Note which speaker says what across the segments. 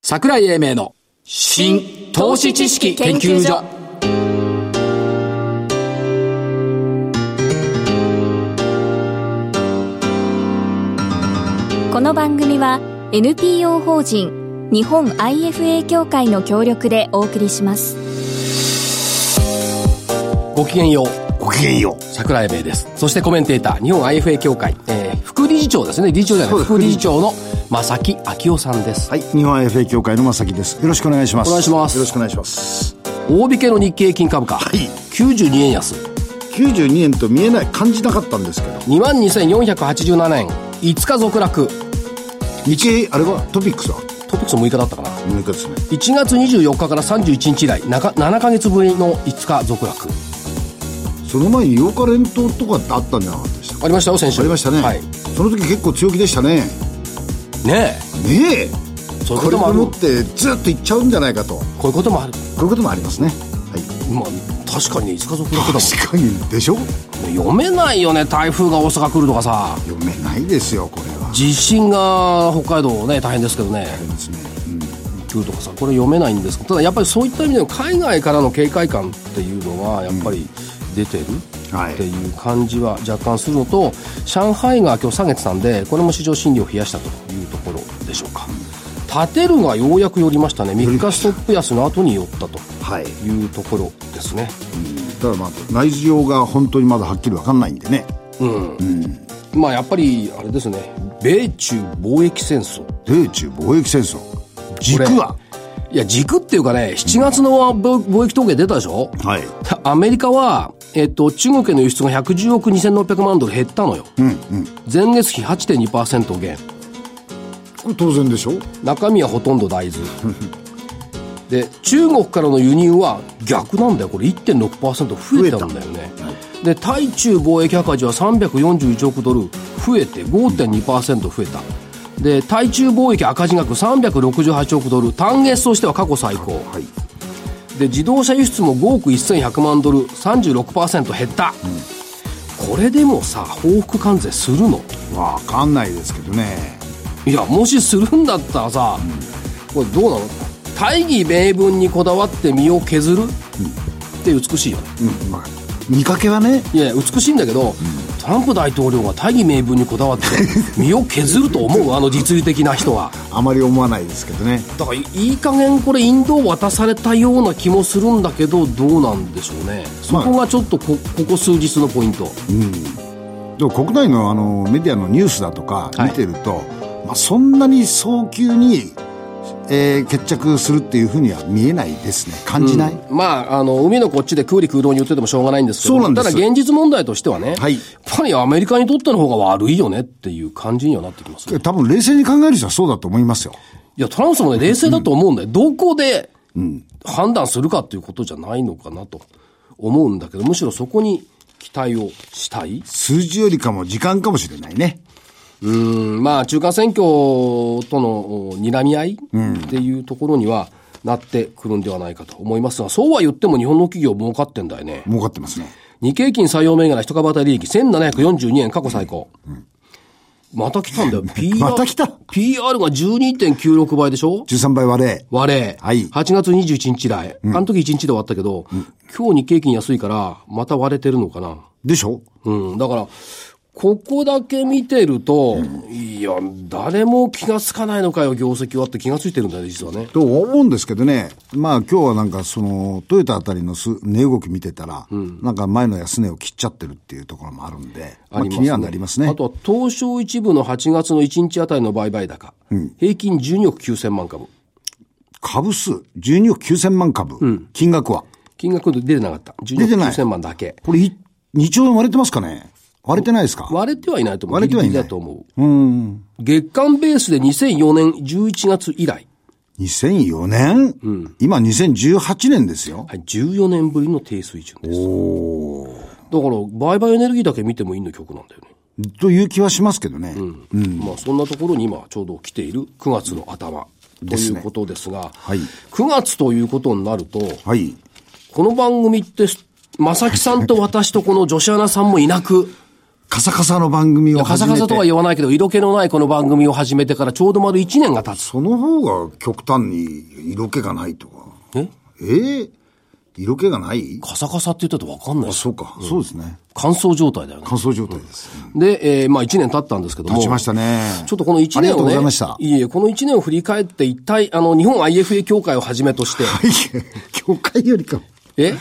Speaker 1: 桜井英明の新投資知識研究所
Speaker 2: この番組は NPO 法人日本 IFA 協会の協力でお送りします
Speaker 1: ごきげんよう
Speaker 3: ごきげんよう。
Speaker 1: 桜井英明ですそしてコメンテーター日本 IFA 協会、えー副理事長ですね理事長じゃない
Speaker 3: そうです
Speaker 1: 副理事長の正木昭夫さんです、
Speaker 3: はい、日本 FA 協会の正木です。よろしくお願いします。
Speaker 1: お願いします
Speaker 3: よろしくお願いします。
Speaker 1: 大引けの日経平均株価、
Speaker 3: い
Speaker 1: 92円安
Speaker 3: 92円と見えない、感じなかったんですけど、
Speaker 1: 22,487円5日続落
Speaker 3: 日経、あれはトピックスは
Speaker 1: トピックスの6日だったかな
Speaker 3: 6日ですね。
Speaker 1: 1月24日から31日以来なか7か月ぶりの5日続落
Speaker 3: その前に8日連投とかってあったんじゃなかったでしたか
Speaker 1: ありましたよ先週
Speaker 3: ありましたね、
Speaker 1: はい、
Speaker 3: その時結構強気でしたね。
Speaker 1: ね
Speaker 3: ねえ。
Speaker 1: えそういうこ
Speaker 3: これ
Speaker 1: ともあ
Speaker 3: を
Speaker 1: る
Speaker 3: 持ってずっといっちゃうんじゃないかと。こ
Speaker 1: こういうこともある
Speaker 3: ういうこともありますね。はい。
Speaker 1: まあ確かにね5日続落だもん
Speaker 3: 確かに、でしょ
Speaker 1: 読めないよね台風が大阪来るとかさ
Speaker 3: 読めないですよ、これは。
Speaker 1: 地震が北海道ね大変ですけどね
Speaker 3: ですね。
Speaker 1: 来るとかさこれ読めないんですけどただやっぱりそういった意味でも海外からの警戒感っていうのはやっぱり出てる、
Speaker 3: うんはい
Speaker 1: っていう感じは若干するのと上海が今日下げてたんでこれも市場心理を冷やしたというところでしょうか、立てるがようやく寄りましたね3日ストップ安の後に寄ったと
Speaker 3: はい。うん
Speaker 1: いうところですね
Speaker 3: ただまあ、内容が本当にまだはっきりわかんないんでね。
Speaker 1: まあやっぱりあれですね米中貿易戦争
Speaker 3: 米中貿易戦争。軸はい
Speaker 1: や、軸っていうかね、7月の貿貿易統計出たでしょ
Speaker 3: はい。
Speaker 1: アメリカは、えっと、中国への輸出が110億2600万ドル減ったのよ。
Speaker 3: うんうん。
Speaker 1: 前月比8.2%減。
Speaker 3: これ当然でしょ
Speaker 1: 中身はほとんど大 豆。で、中国からの輸入は逆なんだよ。これ1.6%増えたんだよね。で、対中貿易赤字は341億ドル増えて5.2%増えた。で、対中貿易赤字額368億ドル、単月としては過去最高。
Speaker 3: はい。
Speaker 1: で自動車輸出も5億1100万ドル36%減った、これでもさ報復関税するの
Speaker 3: わかんないですけどね。
Speaker 1: いやもしするんだったらさ、これどうなの大義名分にこだわって身を削る、って美しいよね
Speaker 3: うん、まあ、見かけはね、
Speaker 1: いやいや美しいんだけど、トランプ大統領が大義名分にこだわって身を削ると思うあの実利的な人は
Speaker 3: あまり思わないですけどね。
Speaker 1: だからいい加減これインドを渡されたような気もするんだけどどうなんでしょうねそこがちょっとこここ数日のポイント、
Speaker 3: でも国内のあのメディアのニュースだとか
Speaker 1: はい
Speaker 3: 見てると、まあ、そんなに早急に、えー決着するっていうふうには見えないですね。感じない、
Speaker 1: まあ、あの、海のこっちで空理空洞に言っててもしょうがないんですけど、
Speaker 3: そうなんです
Speaker 1: ただ現実問題としてはね、
Speaker 3: はい
Speaker 1: やっぱりアメリカにとっての方が悪いよねっていう感じにはなってきますね。
Speaker 3: 多分冷静に考える人はそうだと思いますよ。
Speaker 1: いや、トランプさんもね、冷静だと思うんだよ。どこで判断するかっていうことじゃないのかなと思うんだけど、むしろそこに期待をしたい。
Speaker 3: 数字よりかも時間かもしれないね。
Speaker 1: うん、まあ、中間選挙との睨み合いっていうところには、なってくるんではないかと思いますが、そうは言っても日本の企業儲かってんだよね。
Speaker 3: 儲かってますね。
Speaker 1: 日経金採用銘柄一株当たり利益1742円過去最高。また来たんだよ。PR
Speaker 3: また来た
Speaker 1: PR が12.96倍でしょ
Speaker 3: 13倍割れ。
Speaker 1: 割れ。
Speaker 3: はい
Speaker 1: 8月21日以来。あの時1日で終わったけど、今日日経金安いから、また割れてるのかな。
Speaker 3: でしょ
Speaker 1: うん。だから、ここだけ見てると、いや、誰も気がつかないのかよ、業績はって気がついてるんだよね、実はね。
Speaker 3: と思うんですけどね、まあ今日はなんかそのトヨタあたりのす値動き見てたら、なんか前の安値を切っちゃってるっていうところもあるんで、まあ、気にはなりますね。
Speaker 1: あとは、東証一部の8月の1日あたりの売買高。平均12億9000万株。
Speaker 3: 株数12億9000万株、金額は。
Speaker 1: 金額出てなかった。12
Speaker 3: 出
Speaker 1: 億
Speaker 3: てない
Speaker 1: 9000万だけ。
Speaker 3: これい2兆円割れてますかね割れてないですか
Speaker 1: 割れてはいないと思う。
Speaker 3: 割れてはいない
Speaker 1: ギリギリだと思う。月間ベースで2004年11月以来。
Speaker 3: ?2004 年、今2018年ですよ。
Speaker 1: はい、14年ぶりの低水準です。だから、売買エネルギーだけ見てもいいの曲なんだよね。
Speaker 3: という気はしますけどね。
Speaker 1: まあ、そんなところに今ちょうど来ている9月の頭と
Speaker 3: です
Speaker 1: い
Speaker 3: ね
Speaker 1: うことですが、
Speaker 3: はい
Speaker 1: 9月ということになると、
Speaker 3: はい。
Speaker 1: この番組って、まさきさんと私とこの女子アナさんもいなく、
Speaker 3: カサカサの番組を
Speaker 1: カ
Speaker 3: 始
Speaker 1: サ
Speaker 3: め
Speaker 1: カ
Speaker 3: て
Speaker 1: サとは言わないけど、色気のないこの番組を始めてからちょうど丸1年が経つ。
Speaker 3: その方が極端に色気がないとか。
Speaker 1: え
Speaker 3: えー色気がない
Speaker 1: カサカサって言ったと分かんない
Speaker 3: あ、
Speaker 1: です
Speaker 3: そうか、そうですね。
Speaker 1: 乾燥状態だよね。
Speaker 3: 乾燥状態です。
Speaker 1: で、えーまあ1年経ったんですけども。
Speaker 3: 経ちましたね。
Speaker 1: ちょっとこの1年をね、
Speaker 3: ありがとうございました。
Speaker 1: いえいえ、この1年を振り返って、一体、あの、日本 IFA 協会をはじめとして、
Speaker 3: 教会よりかも。
Speaker 1: え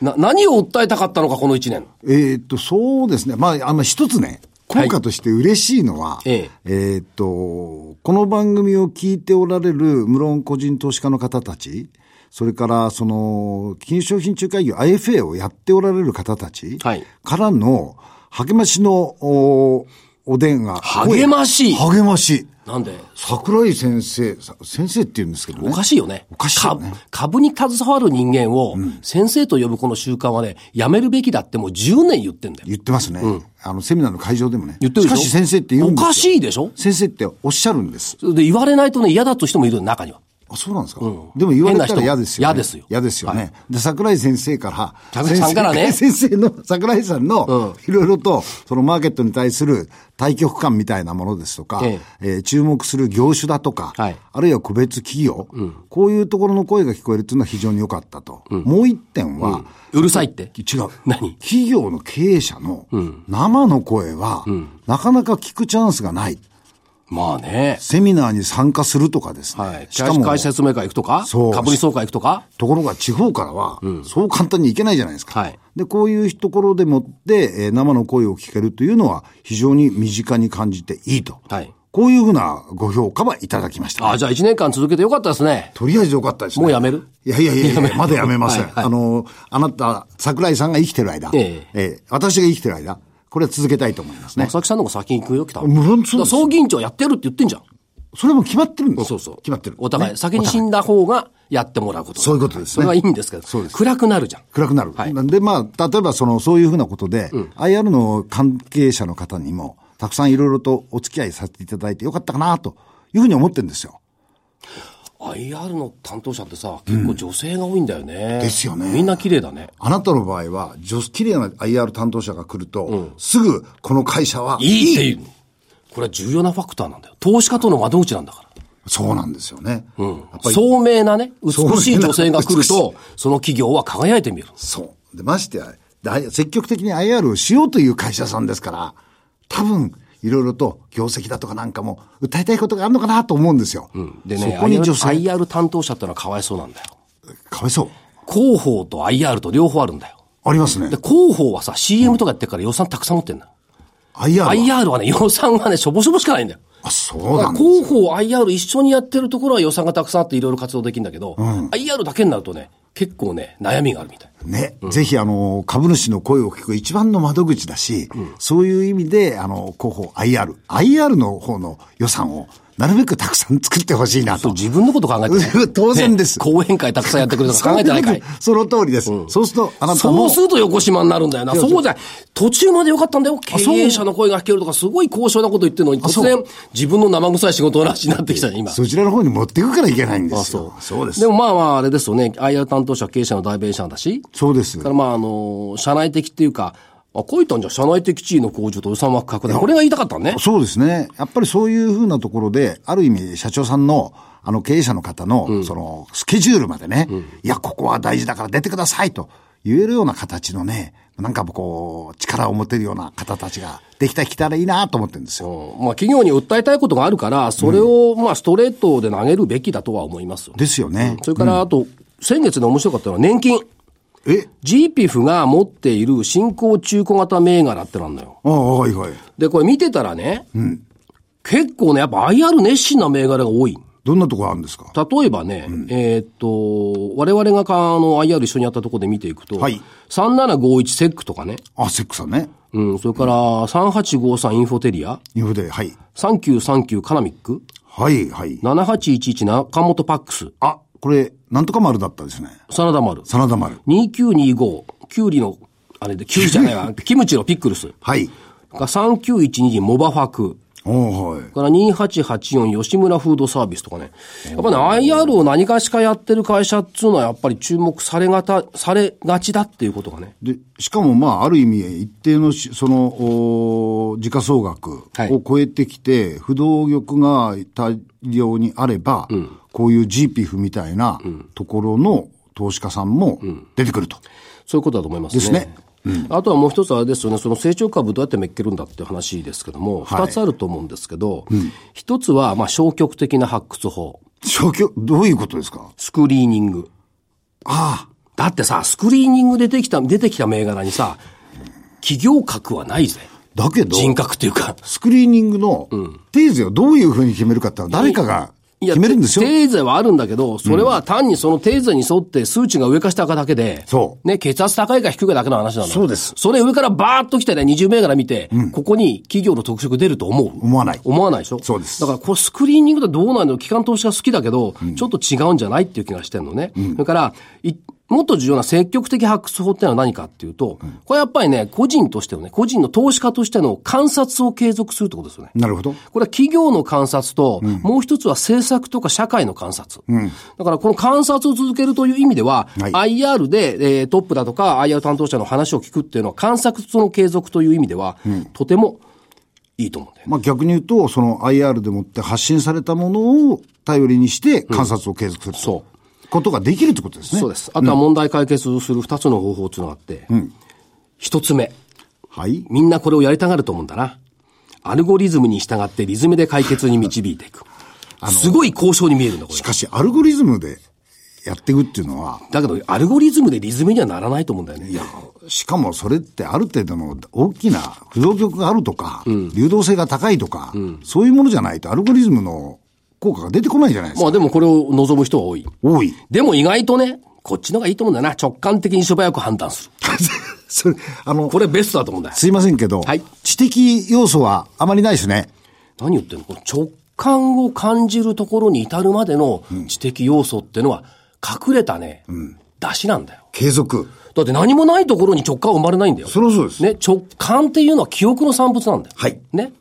Speaker 1: な、何を訴えたかったのか、この1年。
Speaker 3: えーっと、そうですね。まあ、あの、一つね、
Speaker 1: はい
Speaker 3: 効果として嬉しいのは、
Speaker 1: え
Speaker 3: えーっと、この番組を聞いておられる、無論個人投資家の方たち、それから、その、金商品仲介業 IFA をやっておられる方たち
Speaker 1: はい
Speaker 3: からの、励ましの、お、お電話。
Speaker 1: 励まし
Speaker 3: 声励まし。
Speaker 1: なんで、
Speaker 3: 桜井先生、さ先生って言うんですけどね。
Speaker 1: おかしいよね。
Speaker 3: おかしいよね
Speaker 1: 株株に携わる人間を、先生と呼ぶこの習慣はね、やめるべきだってもう10年言ってんだよ。
Speaker 3: 言ってますね。あの、セミナーの会場でもね。
Speaker 1: 言ってる
Speaker 3: し
Speaker 1: でしょ
Speaker 3: かし先生って言うんですよ。
Speaker 1: おかしいでしょ
Speaker 3: 先生っておっしゃるんです。
Speaker 1: で、言われないとね、嫌だと人もいるの中には。
Speaker 3: あ、そうなんですか、でも言われたら嫌ですよ、
Speaker 1: 変な人も
Speaker 3: ね。
Speaker 1: 嫌ですよ
Speaker 3: 嫌ですよね。で、桜井先生から、
Speaker 1: 桜井さんからね
Speaker 3: 先生の、桜井さんの、いろいろと、そのマーケットに対する対局観みたいなものですとか、
Speaker 1: え
Speaker 3: えー注目する業種だとか、
Speaker 1: はい
Speaker 3: あるいは個別企業、こういうところの声が聞こえるっていうのは非常に良かったと。もう一点は、
Speaker 1: うるさいって。
Speaker 3: 違う。
Speaker 1: 何
Speaker 3: 企業の経営者の生の声は、なかなか聞くチャンスがない。
Speaker 1: まあね。
Speaker 3: セミナーに参加するとかですね。
Speaker 1: はい。
Speaker 3: しかも、
Speaker 1: 会社説明会行くとか、
Speaker 3: そう
Speaker 1: 株主総会行くとか、
Speaker 3: ところが地方からは、そう簡単にいけないじゃないですか。
Speaker 1: はい
Speaker 3: で、こういうところでもって、えー生の声を聞けるというのは、非常に身近に感じていいと。
Speaker 1: はい
Speaker 3: こういうふうなご評価はいただきました、
Speaker 1: あ、じゃあ1年間続けてよかったですね。
Speaker 3: とりあえずよかったですね。
Speaker 1: もうやめる
Speaker 3: いやいやいやいや、まだやめません。
Speaker 1: はいはい
Speaker 3: あの、あなた、桜井さんが生きてる間、
Speaker 1: え
Speaker 3: えー私が生きてる間、これは続けたいと思いますね。
Speaker 1: 佐々木さんの方が先に行くよ、来た。
Speaker 3: 無論そうです
Speaker 1: だから葬儀委員長やってるって言ってんじゃん。
Speaker 3: それも決まってるんですよ。
Speaker 1: そうそう。
Speaker 3: 決まってる。
Speaker 1: お互い、
Speaker 3: ね
Speaker 1: 先に死んだ方がやってもらうこと。
Speaker 3: そういうことですね
Speaker 1: それはいいんですけど。
Speaker 3: そうです
Speaker 1: 暗くなるじゃん。
Speaker 3: 暗くなる。
Speaker 1: はい
Speaker 3: なんで、まあ、例えば、その、そういうふうなことで、IR の関係者の方にも、たくさんいろいろとお付き合いさせていただいてよかったかな、というふうに思ってるんですよ。
Speaker 1: IR の担当者ってさ、結構女性が多いんだよね。
Speaker 3: ですよね
Speaker 1: みんな綺麗だね。
Speaker 3: あなたの場合は、女子綺麗な IR 担当者が来ると、すぐ、この会社は、
Speaker 1: いいっていう。これは重要なファクターなんだよ。投資家との窓口なんだから。
Speaker 3: そうなんですよね。やっぱり、
Speaker 1: 聡明なね、美しい
Speaker 3: 聡明な
Speaker 1: 女性が来る
Speaker 3: 美しい
Speaker 1: と、その企業は輝いてみる。
Speaker 3: そう。で、ましてや、で積極的に IR をしようという会社さんですから、多分、いろいろと業績だとかなんかも、訴えたいことがあるのかなと思うんですよ。
Speaker 1: で
Speaker 3: そ
Speaker 1: ね、
Speaker 3: こに女性、
Speaker 1: IR, IR 担当者ってのはかわいそうなんだよ。
Speaker 3: かわいそう。
Speaker 1: 広報と IR と両方あるんだよ。
Speaker 3: ありますね
Speaker 1: で、。広報はさ、CM とかやってるから予算たくさん持ってんだよ。
Speaker 3: IR は。
Speaker 1: IR はね、予算がね、しょぼしょぼしかないんだよ。
Speaker 3: あ、そう
Speaker 1: だから
Speaker 3: なんです
Speaker 1: 広報、IR 一緒にやってるところは予算がたくさんあっていろいろ活動できるんだけど、IR だけになるとね、結構ね、悩みがあるみたい。
Speaker 3: ね。ぜひ、あの、株主の声を聞く一番の窓口だし、そういう意味で、あの、広報 IR、IR の方の予算を、なるべくたくさん作ってほしいな
Speaker 1: そう、
Speaker 3: と。
Speaker 1: 自分のこと考えてね
Speaker 3: 当然です
Speaker 1: ね講演会たくさんやってくれるとか考えてないかい。
Speaker 3: その通りです。そうすると、あなた
Speaker 1: そ
Speaker 3: も
Speaker 1: う、すると横島になるんだよな。そうじゃない途中までよかったんだよ。経営者の声が聞けるとか、すごい高尚なこと言ってるのに、突然、自分の生臭い仕事の話になってきたね、今。
Speaker 3: そちらの方に持っていくからいけないんですよ
Speaker 1: そ。う。
Speaker 3: そうです。
Speaker 1: でもまあまあ、あれですよね。IR 担当者は経営者の代弁者だし。
Speaker 3: そうです
Speaker 1: だからまあ、あの、社内的っていうか、あ、こういったんじゃ、社内的地位の向上と予算枠拡大。これが言いたかったのね。
Speaker 3: そうですね。やっぱりそういうふうなところで、ある意味、社長さんの、あの、経営者の方の、その、スケジュールまでね、いや、ここは大事だから出てくださいと言えるような形のね、なんかこう、力を持てるような方たちができた、きたらいいなと思ってるんですよ。
Speaker 1: うんまあ、企業に訴えたいことがあるから、それを、まあ、ストレートで投げるべきだとは思いますよね。
Speaker 3: ですよね。
Speaker 1: それから、あと、先月で面白かったのは年金。
Speaker 3: え
Speaker 1: GPF が持っている新興中古型銘柄ってなんだよ。
Speaker 3: ああ、はいはい。
Speaker 1: で、これ見てたらね、結構ね、やっぱ IR 熱心な銘柄が多い。
Speaker 3: どんなところあるんですか
Speaker 1: 例えばね、えーっと、我々がかあの IR 一緒にやったところで見ていくと、
Speaker 3: はい
Speaker 1: 3751セックとかね、
Speaker 3: あ、セックさんね。
Speaker 1: うん、それから3853インフォテリア、
Speaker 3: 日本で、はい。
Speaker 1: 3939カナミック、
Speaker 3: はいはい。
Speaker 1: 7811中本パックス、
Speaker 3: あ、これ、なんとか丸だったですね。
Speaker 1: サラダ丸、
Speaker 3: 真田丸。
Speaker 1: 2925、キュウリの、あれで、キュウリじゃないわ、キムチのピックルス、
Speaker 3: はい。
Speaker 1: 3912モバファク、
Speaker 3: おーはい。
Speaker 1: から2884吉村フードサービスとかね。やっぱね、IR を何かしかやってる会社っつうのはやっぱり注目されがた、されがちだっていうことがね。
Speaker 3: で、しかもまあ、ある意味、一定のし、その、お時価総額
Speaker 1: はい
Speaker 3: を超えてきて、不動玉が大量にあれば、こういう GPF みたいなところの投資家さんも出てくると。
Speaker 1: そういうことだと思いますね。
Speaker 3: ですね
Speaker 1: あとはもう一つあれですよね、その成長株どうやってめっけるんだっていう話ですけども、二、
Speaker 3: はい
Speaker 1: つあると思うんですけど、一、つは、まあ、消極的な発掘法、
Speaker 3: 消去、どういうことですか
Speaker 1: スクリーニング。
Speaker 3: ああ、
Speaker 1: だってさ、スクリーニングで出てきた、出てきた銘柄にさ、企業格はないぜ。
Speaker 3: だけど、
Speaker 1: 人格っていうか。
Speaker 3: スクリーニングのテーゼをどういうふうに決めるかってのは誰かが
Speaker 1: いや
Speaker 3: 決めるんですよ。
Speaker 1: テーゼはあるんだけど、それは単にそのテーゼに沿って数値が上か下かだけで、
Speaker 3: そう
Speaker 1: ね、血圧高いか低いかだけの話なの。
Speaker 3: そうです
Speaker 1: それ上からバーッと来てね、20銘柄見て、ここに企業の特色出ると思う
Speaker 3: 思わない
Speaker 1: 思わないでしょ
Speaker 3: そうです
Speaker 1: だからこれスクリーニングってどうなの機関投資が好きだけど、ちょっと違うんじゃないっていう気がしてるのね。それから、いもっと重要な積極的発掘法ってのは何かっていうと、これやっぱりね、個人としてのね、個人の投資家としての観察を継続するってことですよね。
Speaker 3: なるほど。
Speaker 1: これは企業の観察と、もう一つは政策とか社会の観察。だからこの観察を続けるという意味では、
Speaker 3: は
Speaker 1: IR で、えートップだとか IR 担当者の話を聞くっていうのは、観察の継続という意味では、とてもいいと思うんだよね。
Speaker 3: まあ逆に言うと、その IR でもって発信されたものを頼りにして観察を継続する、
Speaker 1: そ
Speaker 3: ことができるってことですね。
Speaker 1: そうです。あとは問題解決をする二つの方法っていうのがあって、一、つ目、
Speaker 3: はい。
Speaker 1: みんなこれをやりたがると思うんだな。アルゴリズムに従ってリズムで解決に導いてい く。すごい交渉に見えるんだ、これ
Speaker 3: し。かし、アルゴリズムでやっていくっていうのは、
Speaker 1: だけど、アルゴリズムでリズムにはならないと思うんだよね。
Speaker 3: しかもそれってある程度の大きな不動局があるとか、流動性が高いとか、そういうものじゃないとアルゴリズムの効果が出てこないじゃないです
Speaker 1: ま
Speaker 3: か。
Speaker 1: あでもこれを望む人は多い。
Speaker 3: 多い。
Speaker 1: でも意外とね、こっちの方がいいと思うんだよな。直感的に素早く判断する。
Speaker 3: それ、あの、
Speaker 1: これベストだと思うんだよ。
Speaker 3: すいませんけど、
Speaker 1: はい
Speaker 3: 知的要素はあまりないですね。
Speaker 1: 何言ってんのこの直感を感じるところに至るまでの知的要素ってのは隠れたね、出しなんだよ。
Speaker 3: 継続。
Speaker 1: だって何もないところに直感は生まれないんだよ。
Speaker 3: そりゃそうです。
Speaker 1: ね、直感っていうのは記憶の産物なんだよ。
Speaker 3: はい
Speaker 1: ね。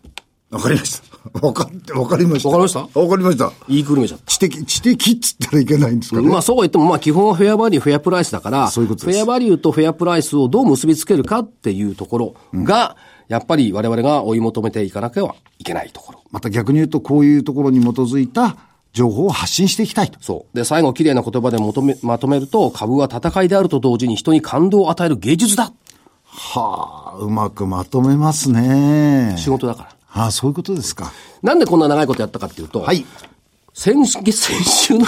Speaker 3: わかりました。わかって、わかりました。
Speaker 1: わかりました
Speaker 3: わかりました。
Speaker 1: 言いくるめちゃった。
Speaker 3: 知的、知的っつったらいけないんですかね。
Speaker 1: まあそうは言っても、まあ基本はフェアバリュー、フェアプライスだから、
Speaker 3: そういうことです
Speaker 1: フェアバリューとフェアプライスをどう結びつけるかっていうところが、やっぱり我々が追い求めていかなければいけないところ。
Speaker 3: また逆に言うと、こういうところに基づいた情報を発信していきたいと。
Speaker 1: そう。で、最後、綺麗な言葉で求め、まとめると、株は戦いであると同時に人に感動を与える芸術だ
Speaker 3: はあ、うまくまとめますね。
Speaker 1: 仕事だから。
Speaker 3: ああ、そういうことですか。
Speaker 1: なんでこんな長いことやったかっていうと、
Speaker 3: はい。
Speaker 1: 先、先週の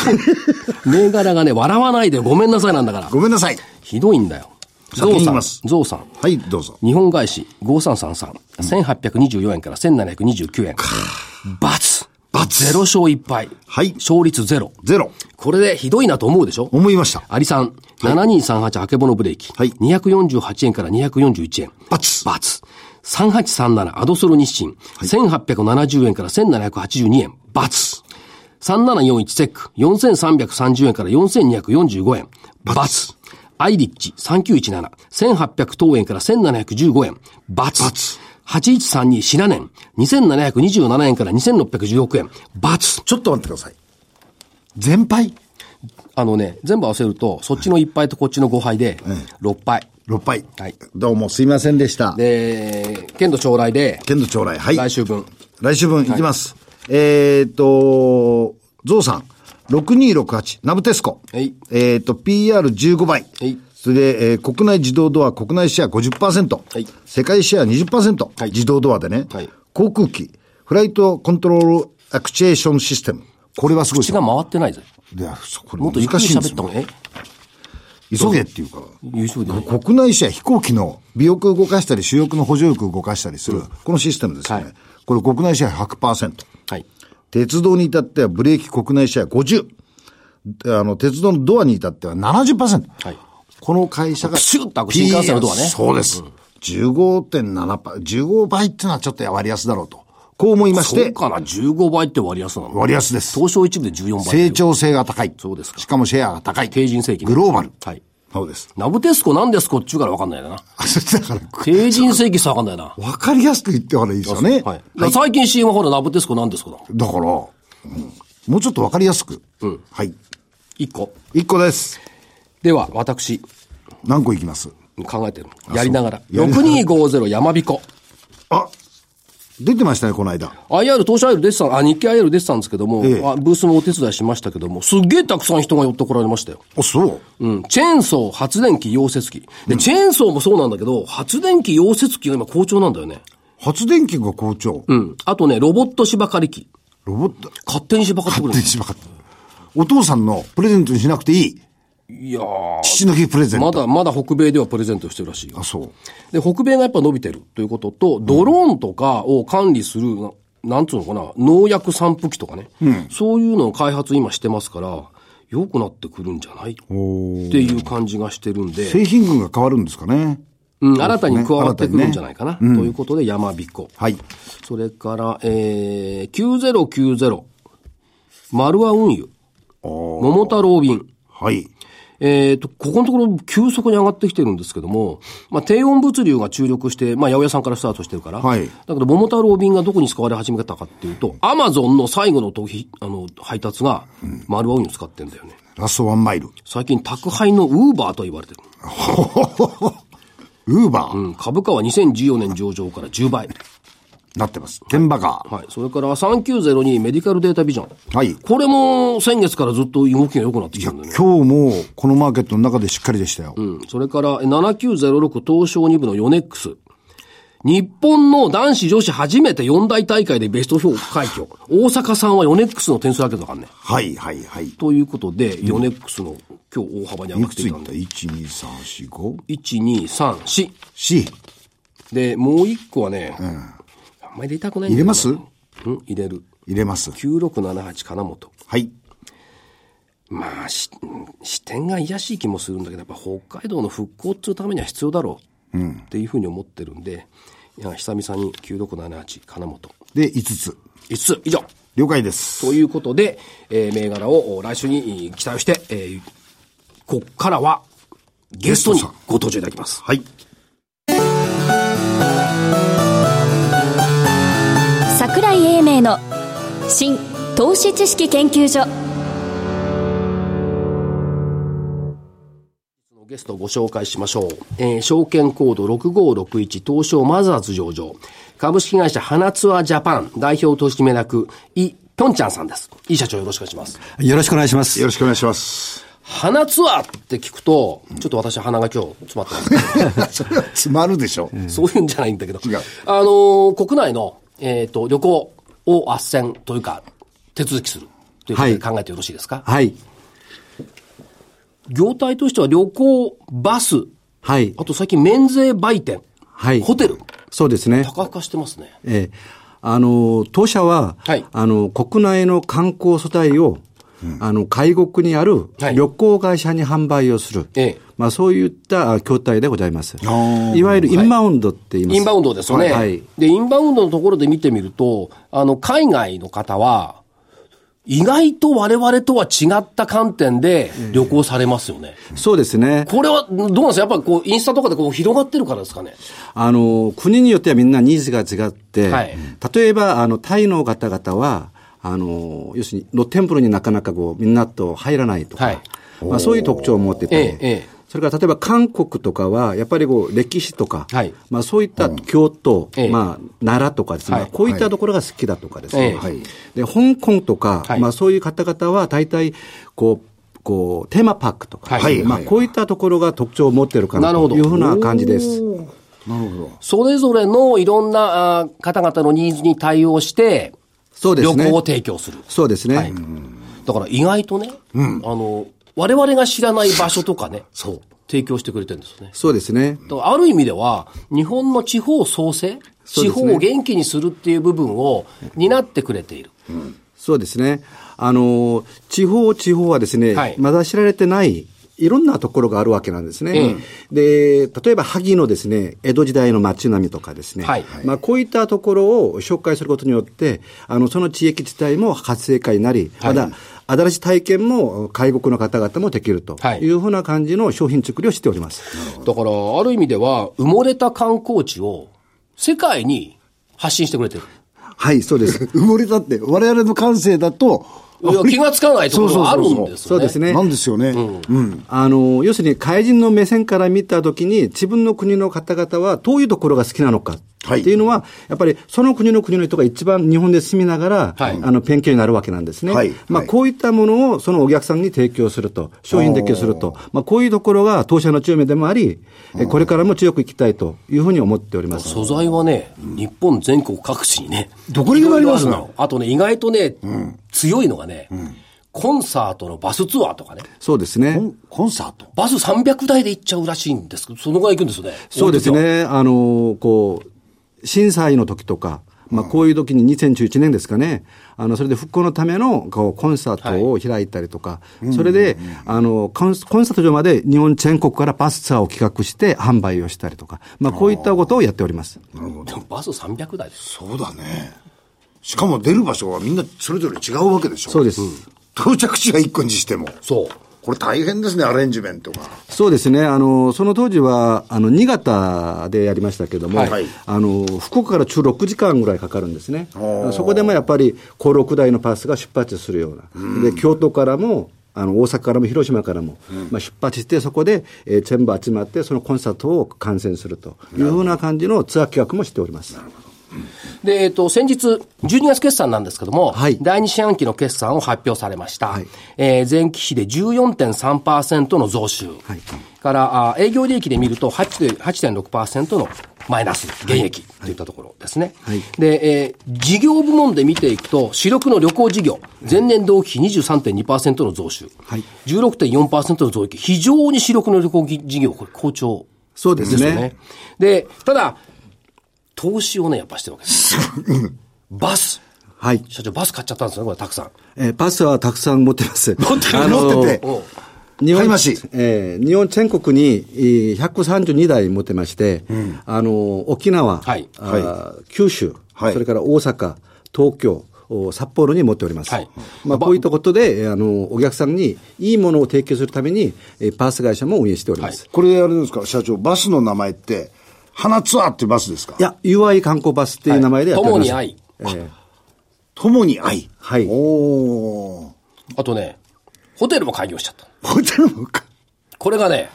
Speaker 1: 銘柄がね、笑わないでごめんなさいなんだから。
Speaker 3: ごめんなさい。
Speaker 1: ひどいんだよ。
Speaker 3: 先に言い
Speaker 1: ゾウ
Speaker 3: ます
Speaker 1: さん、ゾウさん。
Speaker 3: はい、どうぞ。
Speaker 1: 日本外資5333、1824円から1729円。バツ
Speaker 3: バツ
Speaker 1: ゼロ勝1敗。
Speaker 3: はい
Speaker 1: 勝率ゼロ。
Speaker 3: ゼロ。
Speaker 1: これでひどいなと思うでしょ
Speaker 3: 思いました。
Speaker 1: アリさん、7238あけぼのブレーキ。
Speaker 3: はい
Speaker 1: 248円から241円。
Speaker 3: バツ
Speaker 1: バツ。3837アドソロ日清。1870円から1782円。バツ。3741セック。4330円から4245円。バツ。アイリッチ3917。1800等円から1715円。バツ。8132シナネン。2727円から2616円。バツ。
Speaker 3: ちょっと待ってください。全敗
Speaker 1: あのね、全部合わせると、そっちの1敗とこっちの5敗で、6敗。
Speaker 3: ?6 敗。
Speaker 1: はい
Speaker 3: どうもすいませんでした。
Speaker 1: で、剣道将来で、
Speaker 3: 剣道将来。はい。
Speaker 1: 来週分。
Speaker 3: 来週分いきます。えーっと、ゾウさん、6268、ナブテスコ。
Speaker 1: はい
Speaker 3: えーっと、PR15 倍。
Speaker 1: はい
Speaker 3: それで、えー国内自動ドア、国内シェア50%。
Speaker 1: はい
Speaker 3: 世界シェア20%。
Speaker 1: はい
Speaker 3: 自動ドアでね。
Speaker 1: はい
Speaker 3: 航空機、フライトコントロールアクチュエーションシステム。これはすごいで
Speaker 1: 口
Speaker 3: す
Speaker 1: が
Speaker 3: よ。
Speaker 1: 回ってないぜ。
Speaker 3: いや、そうこれ
Speaker 1: もっとゆっく
Speaker 3: 難
Speaker 1: り
Speaker 3: しいんです
Speaker 1: 喋った
Speaker 3: よ
Speaker 1: 方。がえ
Speaker 3: 急げっていうから。
Speaker 1: 優勝でね。
Speaker 3: 国内シェア飛行機の尾翼動かしたり、主翼の補助翼動かしたりする、このシステムですね。
Speaker 1: はい
Speaker 3: これ国内シェア100%。
Speaker 1: はい。
Speaker 3: 鉄道に至ってはブレーキ国内シェア50。あの、鉄道のドアに至っては70%。
Speaker 1: はい
Speaker 3: この会社が。
Speaker 1: プシュッと開く新幹線のドアね
Speaker 3: PS そうです。15.7%、15倍っていうのはちょっと割安だろうと。こう思いまし
Speaker 1: そう
Speaker 3: て、
Speaker 1: かな、15倍って割安なの。
Speaker 3: 割安です。
Speaker 1: 東証一部で14倍。
Speaker 3: 成。長性が高い。
Speaker 1: そうですか
Speaker 3: しかもシェアが高い。
Speaker 1: 低人正規ね
Speaker 3: グローバル。
Speaker 1: はい。
Speaker 3: そうです。
Speaker 1: ナブテスコ何ですこっちゅうから分かんないな。
Speaker 3: あ、そっちだか
Speaker 1: 成人世紀さ分かんないな。
Speaker 3: ら、わかりやすく言ってほらいいですよね。
Speaker 1: はい。だから最近 CM はほら、ナブテスコ何ですこだ。
Speaker 3: だから、うんもうちょっとわかりやすく。はい。
Speaker 1: 一個。
Speaker 3: 一個です。
Speaker 1: では、私、
Speaker 3: 何個いきます
Speaker 1: 考えてる。やりながら。
Speaker 3: やりながら
Speaker 1: 6250やまびこ。
Speaker 3: あ出てましたね、この間。
Speaker 1: IR、東証 IR 出てたん、あ、日経 IR 出てたんですけども、
Speaker 3: ええ
Speaker 1: あブースもお手伝いしましたけども、すっげえたくさん人が寄ってこられましたよ。
Speaker 3: あ、そう。
Speaker 1: うん。チェーンソー、発電機、溶接機。で、チェーンソーもそうなんだけど、発電機、溶接機が今好調なんだよね。
Speaker 3: 発電機が好調。
Speaker 1: うん。あとね、ロボット芝刈り機。
Speaker 3: ロボット、
Speaker 1: 勝手に芝刈ってく
Speaker 3: 勝
Speaker 1: る
Speaker 3: 手。にしまかった。お父さんのプレゼントにしなくていい。
Speaker 1: いやー。
Speaker 3: 父の日プレゼント。
Speaker 1: まだまだ北米ではプレゼントしてるらしいよ
Speaker 3: あ、。そう。
Speaker 1: で、北米がやっぱ伸びてるということと、ドローンとかを管理する、ななんつうのかな、農薬散布機とかね、そういうのを開発今してますから、良くなってくるんじゃないっていう感じがしてるんで、
Speaker 3: 製品群が変わるんですかね。
Speaker 1: うん、新たに加わってくるんじゃないかな、ということで、やまびこ。
Speaker 3: はい。
Speaker 1: それから、えー、9090、丸和運輸、桃太郎便、
Speaker 3: はい。
Speaker 1: えー、と、ここのところ急速に上がってきてるんですけども、まあ、低温物流が注力して、まあ、八百屋さんからスタートしてるから、
Speaker 3: はい
Speaker 1: だけど、桃太郎便がどこに使われ始めたかっていうと、アマゾンの最後のとひあの配達が、丸和運輸使ってんだよね。
Speaker 3: ラストワンマイル。
Speaker 1: 最近、宅配のウーバーと言われてる。
Speaker 3: ウーバー、
Speaker 1: うん、株価は2014年上場から10倍。
Speaker 3: なってます。天馬が。
Speaker 1: はい。それから、3902メディカルデータビジョン。
Speaker 3: はい。
Speaker 1: これも、先月からずっと動きが良くなってきて
Speaker 3: いや、
Speaker 1: るんだよね。
Speaker 3: 今日もこのマーケットの中でしっかりでしたよ。
Speaker 1: うんそれから、え7906東証2部のヨネックス。日本の男子女子初めて四大大会でベスト表快挙。大阪さんはヨネックスの点数だけだからね。
Speaker 3: はいはいはい。い
Speaker 1: ということで、ヨネックスの今日大幅に上がっ
Speaker 3: く
Speaker 1: て
Speaker 3: つ
Speaker 1: い
Speaker 3: い
Speaker 1: たん
Speaker 3: った
Speaker 1: で。
Speaker 3: ?1、2、3、4、5、
Speaker 1: 1、2、3、4。
Speaker 3: C。
Speaker 1: で、もう一個はね、あんまり出たくないんだよ
Speaker 3: 入れま
Speaker 1: な
Speaker 3: す
Speaker 1: うん、入れる。
Speaker 3: 入れます。
Speaker 1: 9678金本。
Speaker 3: はい。
Speaker 1: まあ、し、視点が癒やしい気もするんだけど、やっぱ北海道の復興っていうためには必要だろう。っていうふうに思ってるんで、いや、久々に9678金本。
Speaker 3: で、5つ。
Speaker 1: 5つ以上。
Speaker 3: 了解です。
Speaker 1: ということで、えー銘柄を来週に期待をして、えーこっからはゲストにご登場いただきます。
Speaker 3: はい。
Speaker 2: 桜井英明の新投資知識研究所
Speaker 1: ゲストをご紹介しましょう。えー証券コード6561東証マザーズ上場。株式会社花ツアージャパン代表取締役、イ・ピョンチャンさんです。イ社長よろしくお願いします。
Speaker 4: よろしくお願いします。
Speaker 3: よろしくお願いします。
Speaker 1: 花ツアーって聞くと、ちょっと私は鼻が今日詰まってますけど。
Speaker 3: それは詰まるでしょ。
Speaker 1: そういうんじゃないんだけど、
Speaker 3: 違う
Speaker 1: あのー国内の、えっと旅行を斡旋というか、手続きするということで
Speaker 4: は
Speaker 1: 考えてよろしいですか、
Speaker 4: はい。
Speaker 1: 業態としては旅行、バス、
Speaker 4: はい
Speaker 1: あ。と最近免税売店、
Speaker 4: はい。
Speaker 1: ホテル、
Speaker 4: そうですね。
Speaker 1: 高化してますね。
Speaker 4: ええあの、当社は、
Speaker 1: はい
Speaker 4: あの、国内の観光素材を、あの、海国にある
Speaker 1: はい
Speaker 4: 旅行会社に販売をする。
Speaker 1: ええ
Speaker 4: まあ、そういったあ協態でございます
Speaker 3: ー。
Speaker 4: いわゆるインバウンドって言います。
Speaker 1: インバウンドですよね、
Speaker 4: はい。
Speaker 1: で、インバウンドのところで見てみると、あの、海外の方は、意外と我々とは違った観点で旅行されますよね。
Speaker 4: そうですね。
Speaker 1: これは、どうなんですかやっぱりこう、インスタとかでこう広がってるからですかね。
Speaker 4: あの、国によってはみんなニーズが違って、
Speaker 1: はい
Speaker 4: 例えば、あの、タイの方々は、あの、要するに、露天風呂になかなかこう、みんなと入らないとか、
Speaker 1: はい
Speaker 4: まあ、そういう特徴を持ってて、
Speaker 1: ええええ
Speaker 4: それから例えば韓国とかは、やっぱりこう、歴史とか、
Speaker 1: はい
Speaker 4: まあ、そういった京都、
Speaker 1: ええ
Speaker 4: まあ、奈良とかですね、
Speaker 1: はい
Speaker 4: まあこういったところが好きだとかですね、
Speaker 1: ええ
Speaker 4: で、香港とか、
Speaker 1: はい
Speaker 4: まあ、そういう方々は、大体、こう、こうテーマパークとか、
Speaker 1: はい
Speaker 4: まあ、こういったところが特徴を持ってるか
Speaker 1: な
Speaker 4: な
Speaker 1: るほど
Speaker 4: というふうな感じです。
Speaker 1: それぞれのいろんなあー方々のニーズに対応して、
Speaker 4: そうですね
Speaker 1: 旅行を提供する。
Speaker 4: そうですね。
Speaker 1: だから意外とね、あの、我々が知らない場所とかね、提供してくれてるんですよね。
Speaker 4: そうですね。
Speaker 1: だからある意味では、日本の地方創生、
Speaker 4: そう
Speaker 1: 地
Speaker 4: ですね
Speaker 1: 方を元気にするっていう部分を担ってくれている。
Speaker 4: そうですね。あの、地方、地方はですね、
Speaker 1: はい
Speaker 4: まだ知られてない、いろんなところがあるわけなんですね。で、例えば萩のですね、江戸時代の町並みとかですね、
Speaker 1: はい
Speaker 4: まあこういったところを紹介することによって、あの、その地域自体も活性化になり、まだ、新しい体験も外国の方々もできると
Speaker 1: はい
Speaker 4: いうふうな感じの商品作りをしております。
Speaker 1: だから、ある意味では、埋もれた観光地を世界に発信してくれてる。
Speaker 4: はい、そうです。
Speaker 3: 埋もれたって、我々の感性だと、
Speaker 1: いや気がつかないところがあるんです
Speaker 4: そ
Speaker 1: よ
Speaker 4: うで
Speaker 1: ね。
Speaker 4: すね。
Speaker 3: なんですよね。うん。
Speaker 4: あの、要するに、怪人の目線から見たときに、自分の国の方々はどういうところが好きなのか。
Speaker 3: はい
Speaker 4: っていうのは、やっぱりその国の国の人が一番日本で住みながら、
Speaker 1: はい
Speaker 4: あの、勉強になるわけなんですね。
Speaker 3: はい
Speaker 4: まあ、
Speaker 3: はい
Speaker 4: こういったものをそのお客さんに提供すると、商品提供すると、まあ、こういうところが当社の強みでもあり、えこれからも強くいきたいというふうに思っております。
Speaker 1: 素材はね、日本全国各地にね。
Speaker 3: どこにでもあります
Speaker 1: いろいろあるのあとね、意外とね、強いのがね、コンサートのバスツアーとかね。
Speaker 4: そうです
Speaker 3: コ
Speaker 4: ね
Speaker 3: ン。コンサート
Speaker 1: バス300台で行っちゃうらしいんですけど、そのぐらい行くんですよね。
Speaker 4: そうですね、あのこう震災の時とか、まあ、こういう時に2011年ですかね、あのそれで復興のためのこうコンサートを開いたりとか、それであのコンコンサート場まで日本全国からバスツアーを企画して販売をしたりとか、まあ、こういったことをやっております。
Speaker 1: 多分。でもバス300台です。
Speaker 3: そうだね。しかも出る場所はみんなそれぞれ違うわけでしょ
Speaker 4: そうです。
Speaker 3: 到着地は一個にしても。
Speaker 1: そう。
Speaker 3: これ大変ですね、アレンジメントが。
Speaker 4: そうですね、あのその当時はあの新潟でやりましたけども、
Speaker 3: はい
Speaker 4: あの福岡から16時間ぐらいかかるんですね、
Speaker 3: ー
Speaker 4: そこでもやっぱり5、6台のパスが出発するような、で京都からもあの大阪からも広島からも、まあ、出発して、そこで、えー全部集まって、そのコンサートを観戦するというふうな感じのツアー企画もしております。
Speaker 1: で、えっと、先日、12月決算なんですけども、
Speaker 4: はい
Speaker 1: 第二四半期の決算を発表されました。
Speaker 4: はい
Speaker 1: えー前期比で14.3%の増収。
Speaker 4: はい
Speaker 1: から、あー営業利益で見ると8 8.6%のマイナス、減益といったところですね。
Speaker 4: はい
Speaker 1: で、えー事業部門で見ていくと、主力の旅行事業、前年同期比23.2%の増収。
Speaker 4: はい
Speaker 1: 16.4%の増益。非常に主力の旅行事業、これ好調。
Speaker 4: そうですね
Speaker 1: よで、ただ、投資をね、やっぱしてるわけです。バス。
Speaker 4: はい
Speaker 1: 社長、バス買っちゃったんですよね、これ、たくさん。
Speaker 4: えーパスはたくさん持ってます。持
Speaker 3: ってる持ってて
Speaker 1: おう
Speaker 4: 日
Speaker 3: 買い
Speaker 4: 本
Speaker 3: 増し
Speaker 4: えー日本全国にえー132台持ってまして、あの沖縄、
Speaker 1: はい
Speaker 4: あー
Speaker 3: は
Speaker 4: 九州、
Speaker 3: はい
Speaker 4: それから大阪、東京、お札幌に持っております。
Speaker 1: はい
Speaker 4: まあ、こういったことで、えーあのお客さんにいいものを提供するために、えーパース会社も運営しております。
Speaker 3: これあれですか、社長、バスの名前って、花ツアーっていうバスですか
Speaker 4: い、や、UI 観光バスっていう名前でやっております。
Speaker 1: はい
Speaker 4: えー
Speaker 3: 共に愛。
Speaker 4: は い
Speaker 3: おー。
Speaker 1: あとね、ホテルも開業しちゃった。
Speaker 3: ホテルもか。
Speaker 1: これがね、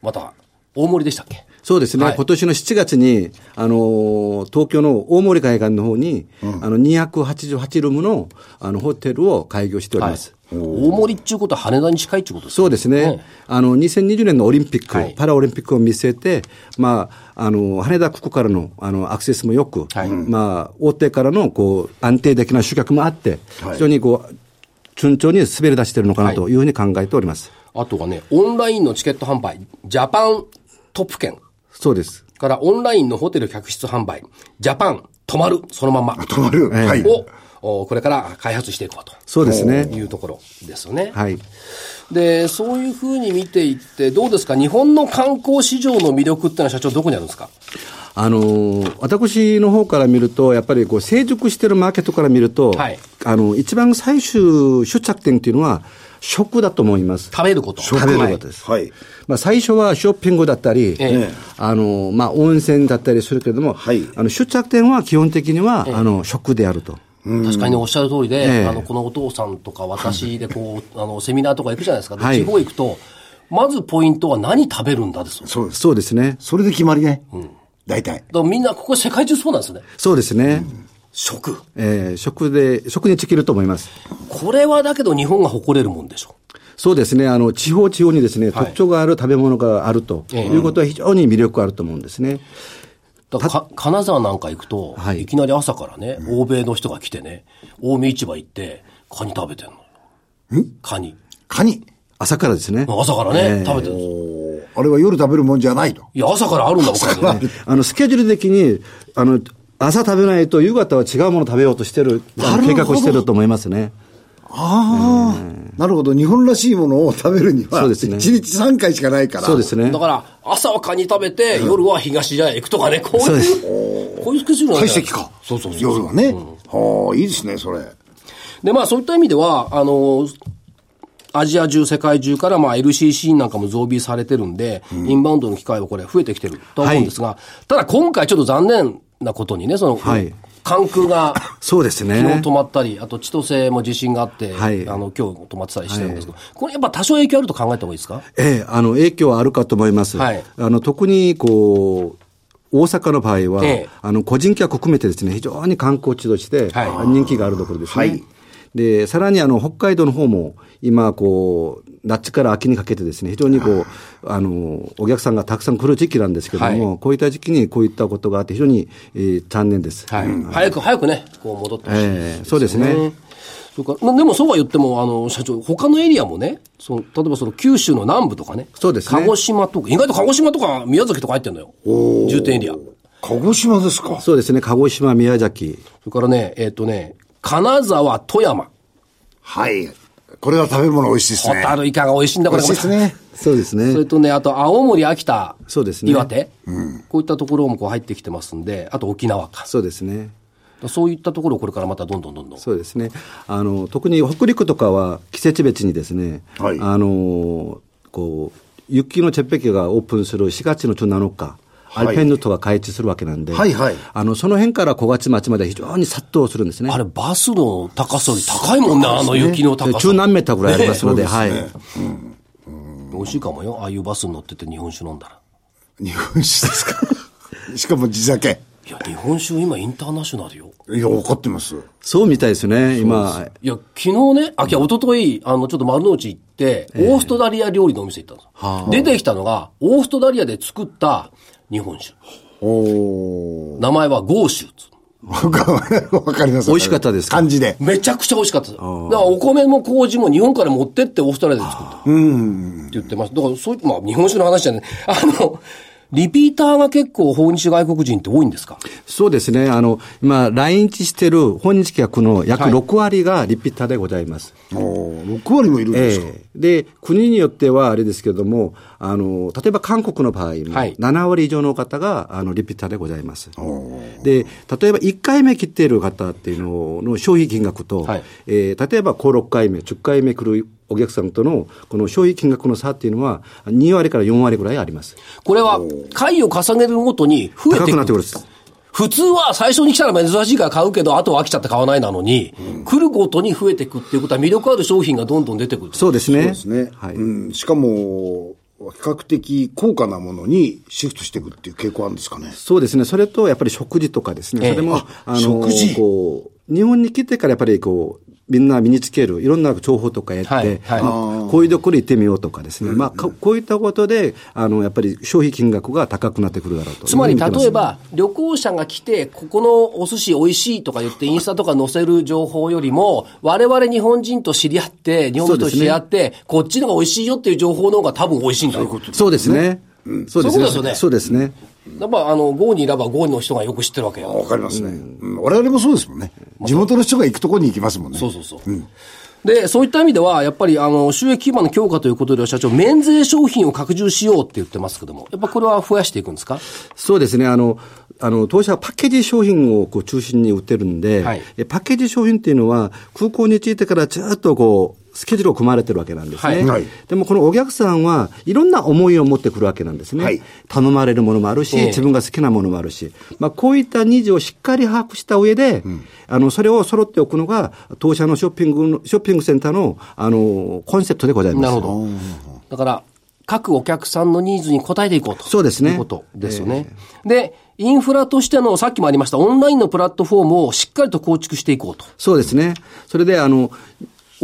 Speaker 1: また、大盛りでしたっけ
Speaker 4: そうですね、
Speaker 1: はい
Speaker 4: 今年の7月に、あのー東京の大森海岸の方に、あの288ルームのあのホテルを開業しております。
Speaker 1: 大盛りっちゅうことは羽田に近いっちゅうことです
Speaker 4: そうですね、あの2020年のオリンピック、
Speaker 1: はい
Speaker 4: パラオリンピックを見据えて、まあ、あの羽田空港からのあのアクセスもよく、
Speaker 1: はい
Speaker 4: まあ、大手からのこう安定的な集客もあって、
Speaker 3: はい
Speaker 4: 非常にこう順調に滑り出しているのかなというふうに考えております。
Speaker 1: あとはね、オンラインのチケット販売、ジャパントップ券
Speaker 4: そうです
Speaker 1: からオンラインのホテル客室販売、ジャパン泊まる、そのまんま。
Speaker 3: 泊まる。
Speaker 4: ええ
Speaker 3: はい。
Speaker 1: を、おこれから開発していこうと。
Speaker 4: そうです
Speaker 1: い
Speaker 4: ね、
Speaker 1: うところですよね。
Speaker 4: はい、
Speaker 1: で、そういうふうに見ていって、どうですか日本の観光市場の魅力ってのは社長どこにあるんですか
Speaker 4: あのー私の方から見ると、やっぱりこう成熟しているマーケットから見ると、
Speaker 1: はい
Speaker 4: あの一番最終出着点というのは、食だと思います。
Speaker 1: 食べること。
Speaker 4: 食べることです。
Speaker 3: はい。
Speaker 4: まあ、最初はショッピングだったり、
Speaker 1: え
Speaker 3: え
Speaker 4: あのまあ、温泉だったりするけれども、
Speaker 3: はい
Speaker 4: あの出着点は基本的には、あの食であると。
Speaker 1: 確かにねおっしゃる通りで、
Speaker 4: ええ
Speaker 1: あの、このお父さんとか私でこ う、あの、セミナーとか行くじゃないですか。で
Speaker 4: はい
Speaker 1: 地方行くと、まずポイントは何食べるんだですよ。だか
Speaker 3: そうです。
Speaker 4: そうですね。
Speaker 3: それで決まりね。大体。
Speaker 1: らみんな、ここ世界中そうなんですね。
Speaker 4: そうですね。
Speaker 1: 食。
Speaker 4: えー食で、食に尽きると思います。
Speaker 1: これはだけど日本が誇れるもんでしょ。
Speaker 4: そうですね。あの、地方地方にですね、
Speaker 1: はい
Speaker 4: 特徴がある食べ物があると、
Speaker 1: ええ
Speaker 4: いうことは非常に魅力があると思うんですね。
Speaker 1: だからか金沢なんか行くと、、
Speaker 4: はいい
Speaker 1: きなり朝からね、欧米の人が来てね、近江市場行って、カニ食べてんの。カニ。
Speaker 3: カニ。
Speaker 4: 朝からですね。
Speaker 1: 朝からね、食べてるんですよ
Speaker 3: おーあれは夜食べるもんじゃないと。
Speaker 1: いや、朝からあるんだ、おかげでね。
Speaker 4: あの、スケジュール的に、あの、朝食べないと夕方は違うものを食べようとしてる、あ
Speaker 3: な
Speaker 4: の
Speaker 3: るほ
Speaker 4: 計
Speaker 3: ど
Speaker 4: 画をしてると思いますね。
Speaker 3: ああ。なるほど。日本らしいものを食べるには、
Speaker 4: そうです
Speaker 3: 一
Speaker 4: ね
Speaker 3: 日三回しかないから。
Speaker 4: そうですね。
Speaker 1: だから、朝はカニ食べて、夜は東じゃ行くとかね、こう
Speaker 4: そうで
Speaker 1: いう、こういうスケジュールなん
Speaker 3: 会
Speaker 1: じゃない
Speaker 3: 席か。
Speaker 1: そうそうそう。
Speaker 3: 夜はね。はあ、いいですね、それ。
Speaker 1: で、まあ、そういった意味では、あの、アジア中、世界中から、まあ、LCC なんかも増備されてるんで、インバウンドの機会はこれ、増えてきてると思うんですが、ただ今回ちょっと残念なことにね、その、
Speaker 4: はい
Speaker 1: 関空が、
Speaker 4: そうですね。
Speaker 1: 昨日止まったり、あと千歳も地震があって、
Speaker 4: はい
Speaker 1: あの、今日止まってたりしてるんですけど、これやっぱ多少影響あると考えた方がいいですか
Speaker 4: ええ、あの、影響はあるかと思います。
Speaker 1: はい
Speaker 4: あの、特に、こう、大阪の場合は、
Speaker 1: ええ
Speaker 4: あの、個人客含めてですね、非常に観光地として、
Speaker 1: はい
Speaker 4: 人気があるところですね。
Speaker 3: はい
Speaker 4: で、さらに、あの、北海道の方も、今、こう、夏から秋にかけてですね、非常にこう、あの、お客さんがたくさん来る時期なんですけども、
Speaker 1: は
Speaker 4: こういった時期にこういったことがあって、非常に、えー残念です。
Speaker 1: はい。早く、早くね、こう戻ってほしいですよね、
Speaker 4: ええそうですね
Speaker 1: そうか。までもそうは言っても、あの、社長、他のエリアもね、その、例えばその九州の南部とかね。
Speaker 4: そうですね
Speaker 1: 鹿児島とか、意外と鹿児島とか宮崎とか入ってんのよ。重点エリア。そ
Speaker 3: 鹿児島ですか。
Speaker 4: そうですね、鹿児島、宮崎、
Speaker 1: れからね、えっ、とね、金沢、富山。
Speaker 3: はい。これは食べ物美味しいです
Speaker 1: ホ
Speaker 3: ね。
Speaker 1: タルイカが美味しいんだ
Speaker 3: 美
Speaker 1: から、
Speaker 3: 味しいですね。
Speaker 4: そうですね。
Speaker 1: それとね、あと青森、秋田、
Speaker 4: そうですね
Speaker 1: 岩手、こういったところもこう入ってきてますんで、あと沖縄か。
Speaker 4: そうですね。
Speaker 1: そういったところをこれからまたどんどんどんどん。
Speaker 4: そうですね。あの、特に北陸とかは季節別にですね、
Speaker 3: はい
Speaker 4: あの、こう、雪のチェッペキがオープンする4月の7日、
Speaker 3: い
Speaker 4: アルペンルートが開通するわけなんで、
Speaker 3: はいはい
Speaker 4: あの、その辺から5月末まで非常に殺到するんですね。
Speaker 1: あれ、バスの高さより高いもんね、あの雪の高
Speaker 4: で
Speaker 1: さ。
Speaker 4: 中何メーターぐらいありますので、
Speaker 1: ね
Speaker 4: はい。
Speaker 1: 美味しいかもよ。ああいうバスに乗ってて日本酒飲んだら。
Speaker 3: 日本酒ですか。 しかも地酒。
Speaker 1: いや、日本酒今インターナショナルよ。
Speaker 3: いや、分かってます。
Speaker 4: そうみたいですね、今。
Speaker 1: いや、昨日ね、あ、いや、一昨日あの、ちょっと丸の内行って、オーストラリア料理のお店行ったんですよ。出てきたのが、オーストラリアで作った日本酒。
Speaker 3: おー。
Speaker 1: 名前はゴーシューツ。
Speaker 3: わかります。
Speaker 4: 美味しかったですか
Speaker 3: 漢字で。
Speaker 1: めちゃくちゃ美味しかったです。だからお米も麹も日本から持ってってオーストラリアで作った。って言ってます。だからそういう、まあ日本酒の話じゃない。あの、リピーターが結構訪日外国人って多いんですか
Speaker 4: そうですね、あの、今、来日してる訪日客の約6割がリピーターでございます。
Speaker 3: おー、6割もいるんですか。
Speaker 4: ええで、国によってはあれですけれども、あの、例えば韓国の場合も、
Speaker 1: はい
Speaker 4: 7割以上の方が、あの、リピーターでございます。で、例えば1回目切っている方っていうのの消費金額と、
Speaker 1: はい
Speaker 4: えー例えば5、6回目、10回目来るお客さんとの、この消費金額の差っていうのは、2割から4割ぐらいあります。
Speaker 1: これは回を重ねるごとに増えて
Speaker 4: 高
Speaker 1: い
Speaker 4: く
Speaker 1: く
Speaker 4: なってくる
Speaker 1: ん
Speaker 4: んで
Speaker 1: ですす。普通は最初に来たら珍しいから買うけど、あとは飽きちゃって買わないなのに、来るごとに増えていくっていうことは魅力ある商品がどんどん出てくる。
Speaker 4: そうですね。
Speaker 3: そうですね。
Speaker 4: はい。
Speaker 3: うん、しかも、比較的高価なものにシフトしていくっていう傾向あるんですかね。
Speaker 4: そうですね、それとやっぱり食事とかですね、
Speaker 1: ええ
Speaker 4: それも、あ
Speaker 3: 食事
Speaker 4: こう、日本に来てからやっぱりこう、みんな身につける、いろんな情報とか得て、
Speaker 1: はいはい
Speaker 4: あこういうところ行ってみようとかですね、まあ、かこういったことで、あの、やっぱり消費金額が高くなってくるだろうと。
Speaker 1: つまり
Speaker 4: いうふうに見
Speaker 1: 例え
Speaker 4: てま
Speaker 1: ば、旅行者が来て、ここのお寿司美味しいとか言って、インスタとか載せる情報よりも、我々日本人と知り合って、日本人と知り合って、こっちのが美味しいよっていう情報の方が多分美味しいんだよ。
Speaker 4: す、そうですね。そうです
Speaker 1: そういう
Speaker 4: ね。
Speaker 1: ことです
Speaker 4: そ
Speaker 1: よ
Speaker 4: うですね。
Speaker 1: やっぱ、あの、郷にいれば郷の人がよく知ってるわけよ。
Speaker 3: わかりますね、うん我々もそうですもんね。地元の人が行くところに行きますもんね。
Speaker 1: そうそうそう。で、そういった意味では、やっぱり、あの、収益基盤の強化ということでは、社長、免税商品を拡充しようって言ってますけども、やっぱこれは増やしていくんですか
Speaker 4: そうですね。あの、あの、当社はパッケージ商品をこう中心に売ってるんで、
Speaker 1: はい
Speaker 4: えパッケージ商品っていうのは、空港に着いてからずっとこう、スケジュールを組まれてるわけなんですね。
Speaker 1: はい
Speaker 3: はい
Speaker 4: でもこのお客さんはいろんな思いを持ってくるわけなんですね。
Speaker 3: はい
Speaker 4: 頼まれるものもあるし、
Speaker 1: ええ
Speaker 4: 自分が好きなものもあるし、まあこういったニーズをしっかり把握した上で、あの、それを揃っておくのが、当社のショッピングの、ショッピングセンターの、あの、コンセプトでございます。
Speaker 1: なるほど。だから、各お客さんのニーズに応えていこうと。
Speaker 4: そうですね
Speaker 1: いうことですよね。で、インフラとしての、さっきもありました、オンラインのプラットフォームをしっかりと構築していこうと。
Speaker 4: そうですね。それで、あの、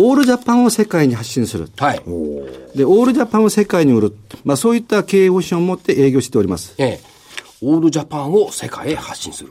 Speaker 4: オールジャパンを世界に発信する。
Speaker 1: はい。
Speaker 4: で、オールジャパンを世界に売る。まあ、そういった経営方針を持って営業しております。
Speaker 1: ええ。オールジャパンを世界へ発信する。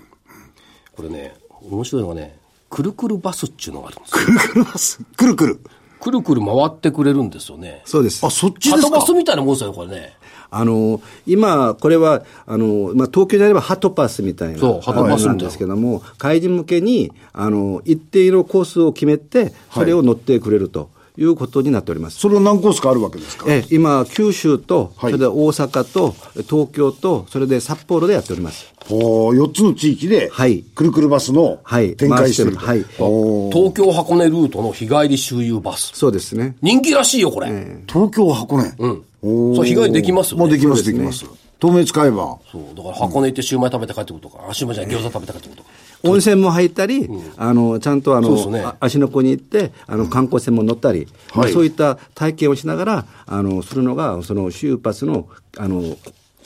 Speaker 1: これね、面白いのがね、くるくるバスっていうのがあるんですよ。
Speaker 3: くるくるます。くるくる。
Speaker 1: くるくる回ってくれるんですよね。
Speaker 4: そうです
Speaker 3: あ、。そっち
Speaker 1: ハ
Speaker 3: です
Speaker 1: トバ
Speaker 3: か
Speaker 1: スみたいなもんですよ、これね。
Speaker 4: あの、今、これは、あの、まあ、東京であればハトパスみたいな。
Speaker 1: そうハトパスみたいな
Speaker 4: なんですけども、外人向けに、あの、一定のコースを決めて、それを乗ってくれると。いうことになっております。
Speaker 3: それは何コースかあるわけですか
Speaker 4: ええ今、九州と、そ
Speaker 3: はい
Speaker 4: れで大阪と、東京と、それで札幌でやっております。
Speaker 3: お4つの地域で、
Speaker 4: はい
Speaker 3: くるくるバスの
Speaker 4: はい
Speaker 3: 展開してると。
Speaker 4: 回してるはい
Speaker 3: おー
Speaker 1: 東京箱根ルートの日帰り周遊バス。
Speaker 4: そうですね。
Speaker 1: 人気らしいよ、これ。
Speaker 3: 東京箱根。うん
Speaker 1: そう日帰りできますよね
Speaker 3: もうできます、できます。透明使えば。
Speaker 1: そう。だから箱根行ってシューマイ食べて帰ってくるとか、あ、シューマイじゃない、餃子食べて帰ってくるとか。
Speaker 4: 温泉も入ったり、あの、ちゃんとあ
Speaker 1: そうです
Speaker 4: の、
Speaker 1: ね
Speaker 4: あ足の子に行って、あの、観光船も乗ったり、まあ
Speaker 3: はい
Speaker 4: そういった体験をしながら、あの、するのが、その、周パスの、あの、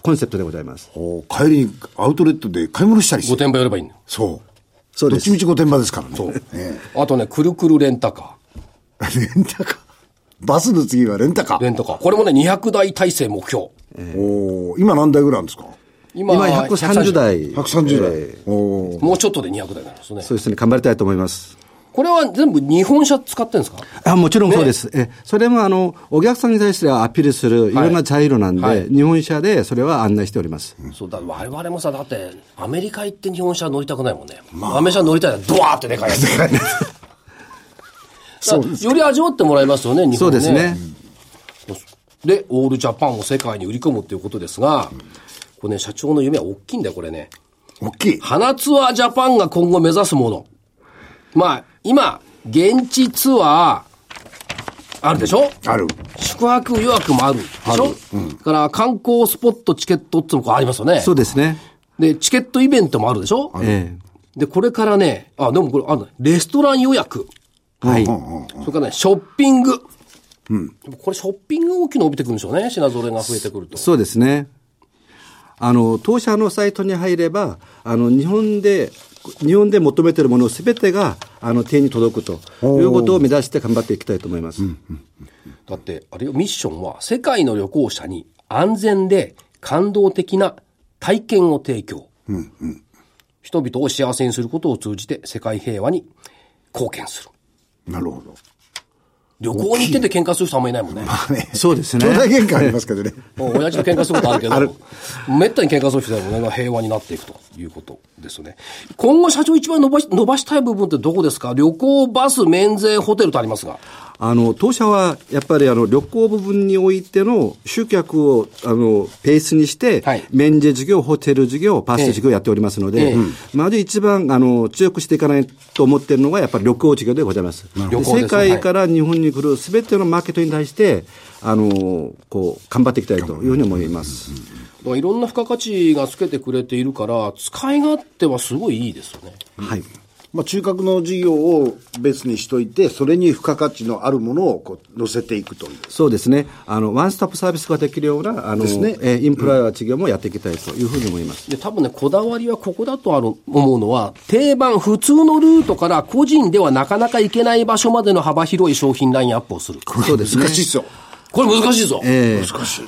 Speaker 4: コンセプトでございます。
Speaker 3: おー帰りにアウトレットで買い物したりし
Speaker 1: 5
Speaker 3: て。
Speaker 1: 店舗やればいいの。
Speaker 3: そう。
Speaker 4: そう
Speaker 3: どっ
Speaker 4: です
Speaker 3: ちみち御殿場ですからね。そう。
Speaker 1: あとね、くるくるレンタカ
Speaker 3: レンタカー。バスの次はレンタカ
Speaker 1: ー。レ
Speaker 3: ー。
Speaker 1: ンタカー。これもね、200台体制目標。
Speaker 3: おー今何台ぐらいあるんですか
Speaker 1: 今
Speaker 4: 今、130。台。
Speaker 3: ?130 台。おー
Speaker 1: もうちょっとで200台なんですね。
Speaker 4: そうですね、頑張りたいと思います。
Speaker 1: これは全部日本車使ってるんですか
Speaker 4: あもちろんそうです、えそれもあのお客さんに対してはアピールするいろんな茶色なんで、
Speaker 1: はい
Speaker 4: 日本車でそれは案内しております、
Speaker 1: そうだ、我々もさ、だって、アメリカ行って日本車乗りたくないもんね。アメ車乗りたいらドワーってでかいやつ。そうより味わってもらいますよね、日本ね。
Speaker 4: そうですね、
Speaker 1: で、オールジャパンを世界に売り込むっていうことですが、これね、社長の夢は大きいんだよ、これね。
Speaker 3: 大きい。
Speaker 1: 花ツアージャパンが今後目指すもの。まあ、今、現地ツアー、あるでしょ
Speaker 3: ある。
Speaker 1: 宿泊予約もあるでしょだから観光スポットチケットっていうのがありますよね。
Speaker 4: そうですね、
Speaker 1: で、チケットイベントもあるでしょ
Speaker 4: え
Speaker 1: で、これからね、あ、でもこれ、あの、レストラン予約。
Speaker 4: えはい、
Speaker 1: それからね、ショッピング。うん。これ、ショッピング大きな伸びてくるんでしょうね。品揃えが増えてくると。
Speaker 4: そうですねあの当社のサイトに入ればあの日本で日本で求めているものすべてがあの手に届くということを目指して頑張っていきたいと思います、
Speaker 1: だって、あれよ、ミッションは、世界の旅行者に安全で感動的な体験を提供。うんうん。人々を幸せにすることを通じて、世界平和に貢献する。
Speaker 3: なるほど。
Speaker 1: 旅行に行ってて喧嘩する人あんまいないもんね。
Speaker 4: そうですね
Speaker 3: 兄弟喧嘩ありますけどね。
Speaker 1: もう親父と喧嘩する ことあるけど、めったに喧嘩する人はね平和になっていくということですね。今後社長一番伸ばし伸ばしたい部分ってどこですか旅行、バス、免税、ホテルとありますが。
Speaker 4: あの当社はやっぱりあの旅行部分においての集客をあのベースにして、
Speaker 1: はい
Speaker 4: 免税事業、ホテル事業、パス事業やっておりますので、
Speaker 1: ええ
Speaker 4: まず一番あの強くしていかないと思っているのが、やっぱり旅行事業でございます。
Speaker 1: ど
Speaker 4: で
Speaker 1: 旅行です
Speaker 4: 世界から日本に来るすべてのマーケットに対して、あのこう頑張っていきたいというふうに思います。
Speaker 1: だからいろんな付加価値がつけてくれているから、使い勝手はすごいいいですよね。
Speaker 4: はい
Speaker 3: まあ、中核の事業を別にしといて、それに付加価値のあるものをこう乗せていくという。
Speaker 4: そうですね。あの、ワンストップサービスができるような、あの、
Speaker 3: ですね
Speaker 4: えーインプラ事業もやっていきたいというふうに思います。
Speaker 1: で、多分ね、こだわりはここだとあの思うのは、定番、普通のルートから個人ではなかなか行けない場所までの幅広い商品ラインアップをする。
Speaker 4: そうですね
Speaker 3: 難しいっすよ。
Speaker 1: これ難しいぞ。
Speaker 4: ええ
Speaker 3: 難しい。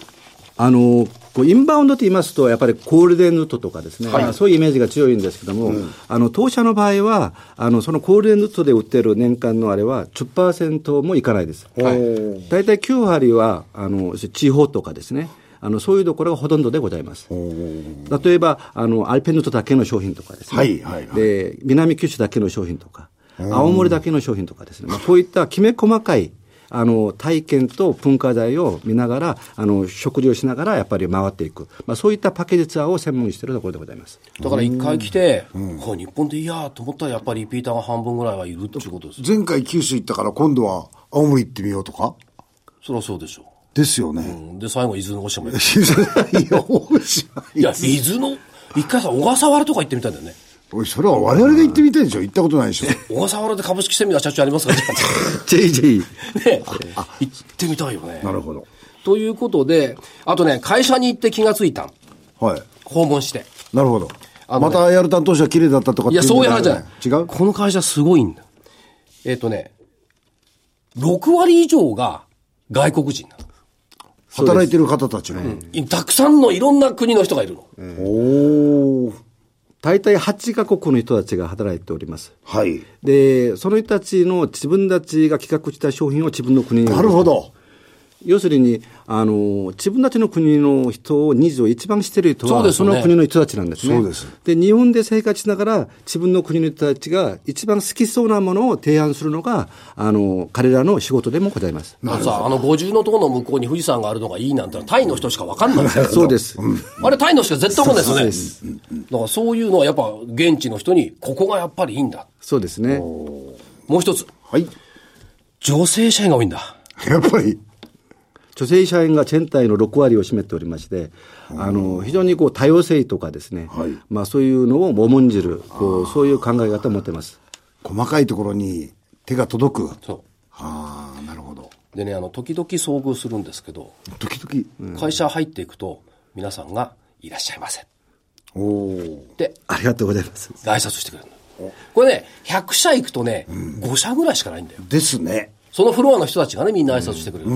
Speaker 4: あのこうインバウンドと言いますと、やっぱりゴールデンルートとかですね、そういうイメージが強いんですけども、あの当社の場合はあの、そのゴールデンルートで売ってる年間のあれは10%もいかないです。
Speaker 3: お
Speaker 1: はい
Speaker 3: ー
Speaker 4: 大体9割はあの地方とかですね、あのそういうところがほとんどでございます。例えばあの、アルペンルートだけの商品とかですね、
Speaker 3: はいはいはい
Speaker 4: で南九州だけの商品とか、青森だけの商品とかですね、まあ、こういったきめ細かいあの体験と文化財を見ながら、あの食事をしながらやっぱり回っていく、まあ、そういったパッケージツアーを専門にしているところでございます。
Speaker 1: だから一回来て、これ日本でいいやと思ったらやっぱりリピーターが半分ぐらいはいるっていうことです。
Speaker 3: 前回九州行ったから今度は青森行ってみようとか
Speaker 1: そりゃそうでしょ
Speaker 3: ですよ
Speaker 1: う。
Speaker 3: ね。
Speaker 1: うんで、最後、伊豆の大島行く。
Speaker 3: いや、面白い。
Speaker 1: いや、伊豆の、一回さ、小笠原とか行ってみたいんだよね。
Speaker 3: おい、それは我々が行ってみたいでしょ行ったことないでしょ
Speaker 1: 小笠原で株式セミナー社長あり ますから
Speaker 4: JJ
Speaker 1: ね行ってみたいよね。
Speaker 3: るほど。
Speaker 1: ということで、あとね、会社に行って気がついたん
Speaker 3: はい。
Speaker 1: 訪問して。
Speaker 3: なるほど。
Speaker 1: あの
Speaker 3: ま
Speaker 1: ね
Speaker 3: たやる担当者綺麗だったとかっ
Speaker 1: い
Speaker 3: てい
Speaker 1: や、
Speaker 3: うん
Speaker 1: そういう話じゃない。
Speaker 3: 違う
Speaker 1: この会社すごいんだ。えっ、とね、6割以上が外国人なの。
Speaker 3: 働いてる方たちが。
Speaker 1: いたくさんのいろんな国の人がいるの。
Speaker 3: おー。
Speaker 4: 大体8カ国の人たちが働いております。
Speaker 3: はい。
Speaker 4: で、その人たちの自分たちが企画した商品を自分の国に。
Speaker 3: なるほど。
Speaker 4: 要するにあの自分たちの国の人をニーズを一番している人は
Speaker 1: そう
Speaker 4: そ,、
Speaker 1: ですね
Speaker 4: の国の人たちなんですね。
Speaker 3: そうです
Speaker 4: で日本で生活しながら自分の国の人たちが一番好きそうなものを提案するのがあの彼らの仕事でもございます。
Speaker 1: あのさあの五重の塔の向こうに富士山があるのがいいなんてのはタイの人しか分かんないですよ
Speaker 4: そうです。
Speaker 1: あれタイの人は絶対分かんないです
Speaker 4: そ
Speaker 1: よね。だからそういうのはやっぱ現地の人にここがやっぱりいいんだ。
Speaker 4: そうですね。
Speaker 1: もう一つ、
Speaker 3: はい。
Speaker 1: 女性社員が多いんだ。
Speaker 3: やっぱり。
Speaker 4: 女性社員が全体の6割を占めておりまして、あの非常にこう多様性とかですね、
Speaker 3: はい
Speaker 4: まあ、そういうのを重んじるこう、そういう考え方を持ってます。
Speaker 3: 細かいところに手が届く。
Speaker 1: そ
Speaker 3: ああ、なるほど。
Speaker 1: う。でね、あの、時々遭遇するんですけど、
Speaker 3: 時々。
Speaker 1: 会社入っていくと、皆さんが、いらっしゃいませ。
Speaker 3: おお。
Speaker 1: で、
Speaker 4: ありがとうございます。
Speaker 1: 挨拶してくれるのこれね、100社行くとね、5社ぐらいしかないんだよ。
Speaker 3: ですね。
Speaker 1: そのフロアの人たちがね、みんな挨拶してくれる。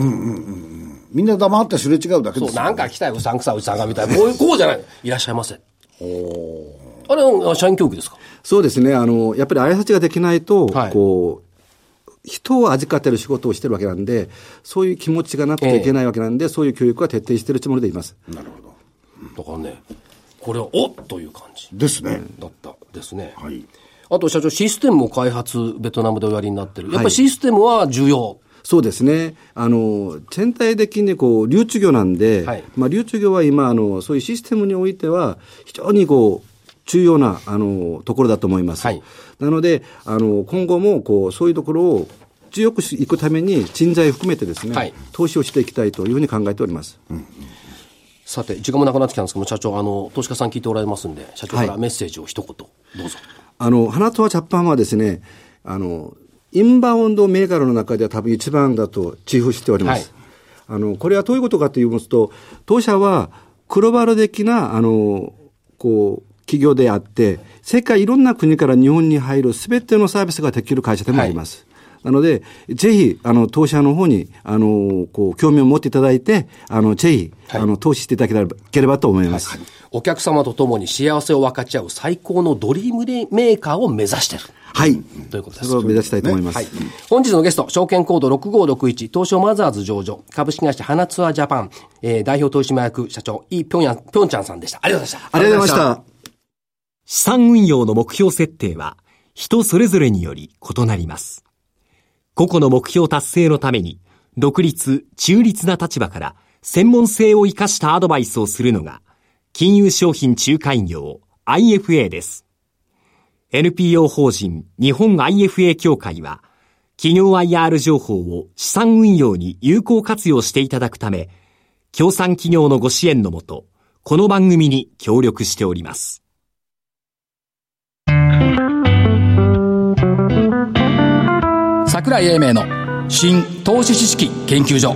Speaker 3: みんな黙ってすれ違うだけで
Speaker 1: そう、
Speaker 3: す。
Speaker 1: なんか来たよ、うさんくさ、うちさんがみたいな。こういう、こうじゃない。いらっしゃいませ。あれは、社員教育ですか
Speaker 4: そうですね、あのやっぱり挨拶ができないと、
Speaker 1: はい
Speaker 4: こう人を預かってる仕事をしてるわけなんで、そういう気持ちがなくてはいけないわけなんで、そういう教育は徹底しているつもりでいます。
Speaker 1: だからね、これは、おっという感じ
Speaker 3: ですね。
Speaker 1: だったですね。
Speaker 3: はい。
Speaker 1: あと社長、システムを開発、ベトナムでおやりになってる。やっぱりシステムは重要。
Speaker 4: そうですね。あの、全体的にこう、流通業なんで、
Speaker 1: はい
Speaker 4: まあ、流通業は今、あの、そういうシステムにおいては、非常にこう、重要な、あの、ところだと思います。
Speaker 1: はい
Speaker 4: なので、あの、今後も、こう、そういうところを強くしていくために、人材含めてですね、
Speaker 1: はい
Speaker 4: 投資をしていきたいというふうに考えております。
Speaker 1: さて、時間もなくなってきたんですけども、社長、あの、投資家さん聞いておられますんで、社長か
Speaker 4: は
Speaker 1: ら
Speaker 4: い
Speaker 1: メッセージを一言、どうぞ。
Speaker 4: あの、花とはジャパンはですね、あの、インバウンド銘柄の中では多分一番だと自負しております。あの、これはどういうことかと言いますと、当社はグローバル的な、あの、こう、企業であって、世界いろんな国から日本に入るすべてのサービスができる会社でもあります。なので、ぜひ、あの、当社の方に、あの、こう、興味を持っていただいて、あの、ぜひ、
Speaker 1: はい
Speaker 4: あの、投資していただければければと思います。
Speaker 1: お客様と共に幸せを分かち合う最高のドリームメーカーを目指してる。
Speaker 4: はい。
Speaker 1: ということで
Speaker 4: そ
Speaker 1: す
Speaker 4: れを目指したいと思います。
Speaker 1: はい。本日のゲスト、証券コード6561、東証マザーズ上場、株式会社花ツアージャパン、えー代表取締役社長、イ・ピョンヤン、ピョンちゃんさんでした。ありがとうございました。
Speaker 4: ありがとうございました。
Speaker 5: 資産運用の目標設定は人それぞれにより異なります。個々の目標達成のために独立、中立な立場から専門性を生かしたアドバイスをするのが金融商品仲介業 IFA です。NPO 法人日本 IFA 協会は企業 IR 情報を資産運用に有効活用していただくため、協賛企業のご支援のもと、この番組に協力しております。
Speaker 6: 桜井英明の新投資知識研究所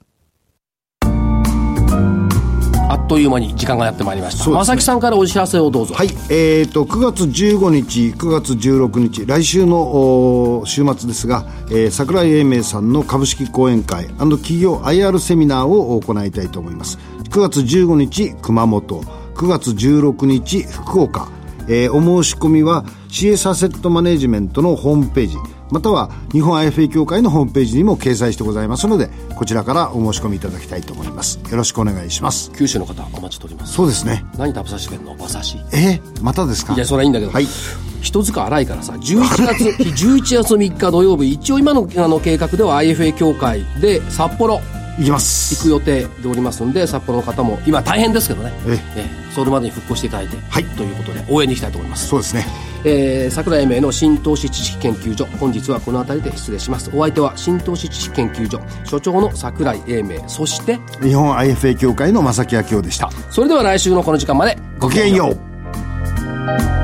Speaker 1: あっという間に時間がやってまいりました。
Speaker 3: そうですね
Speaker 1: 正木さんからお知らせをどうぞ。
Speaker 3: はい、えー、と9月15日、9月16日、来週のおー週末ですが、えー桜井英明さんの株式講演会企業 IR セミナーを行いたいと思います。9月15日、熊本、9月16日、福岡、えーお申し込みは CS アセットマネジメントのホームページ、または日本 IFA 協会のホームページにも掲載してございますので、こちらからお申し込みいただきたいと思います。よろしくお願いします。
Speaker 1: 九州の方、お待ちしております。
Speaker 3: そうですね。
Speaker 1: 何食べさせてくれんの馬刺し。
Speaker 3: えーまたですか
Speaker 1: いや、それはいいんだけど。
Speaker 3: はい。
Speaker 1: 人塚荒いからさ、11月、11月3日土曜日、一応今のあの計画では IFA 協会で札幌
Speaker 3: いきます。
Speaker 1: 行く予定でおりますんで、札幌の方も今大変ですけどね、
Speaker 3: え
Speaker 1: ええそれまでに復興していただいて、
Speaker 3: はい
Speaker 1: ということで応援に行きたいと思います。
Speaker 3: そうですね。
Speaker 1: えー、桜井英明の新投資知識研究所、本日はこの辺りで失礼します。お相手は新投資知識研究所、所長の桜井英明、そして、
Speaker 3: 日本 IFA 協会の正木明夫でした。
Speaker 1: それでは来週のこの時間まで
Speaker 3: ごきげんよう。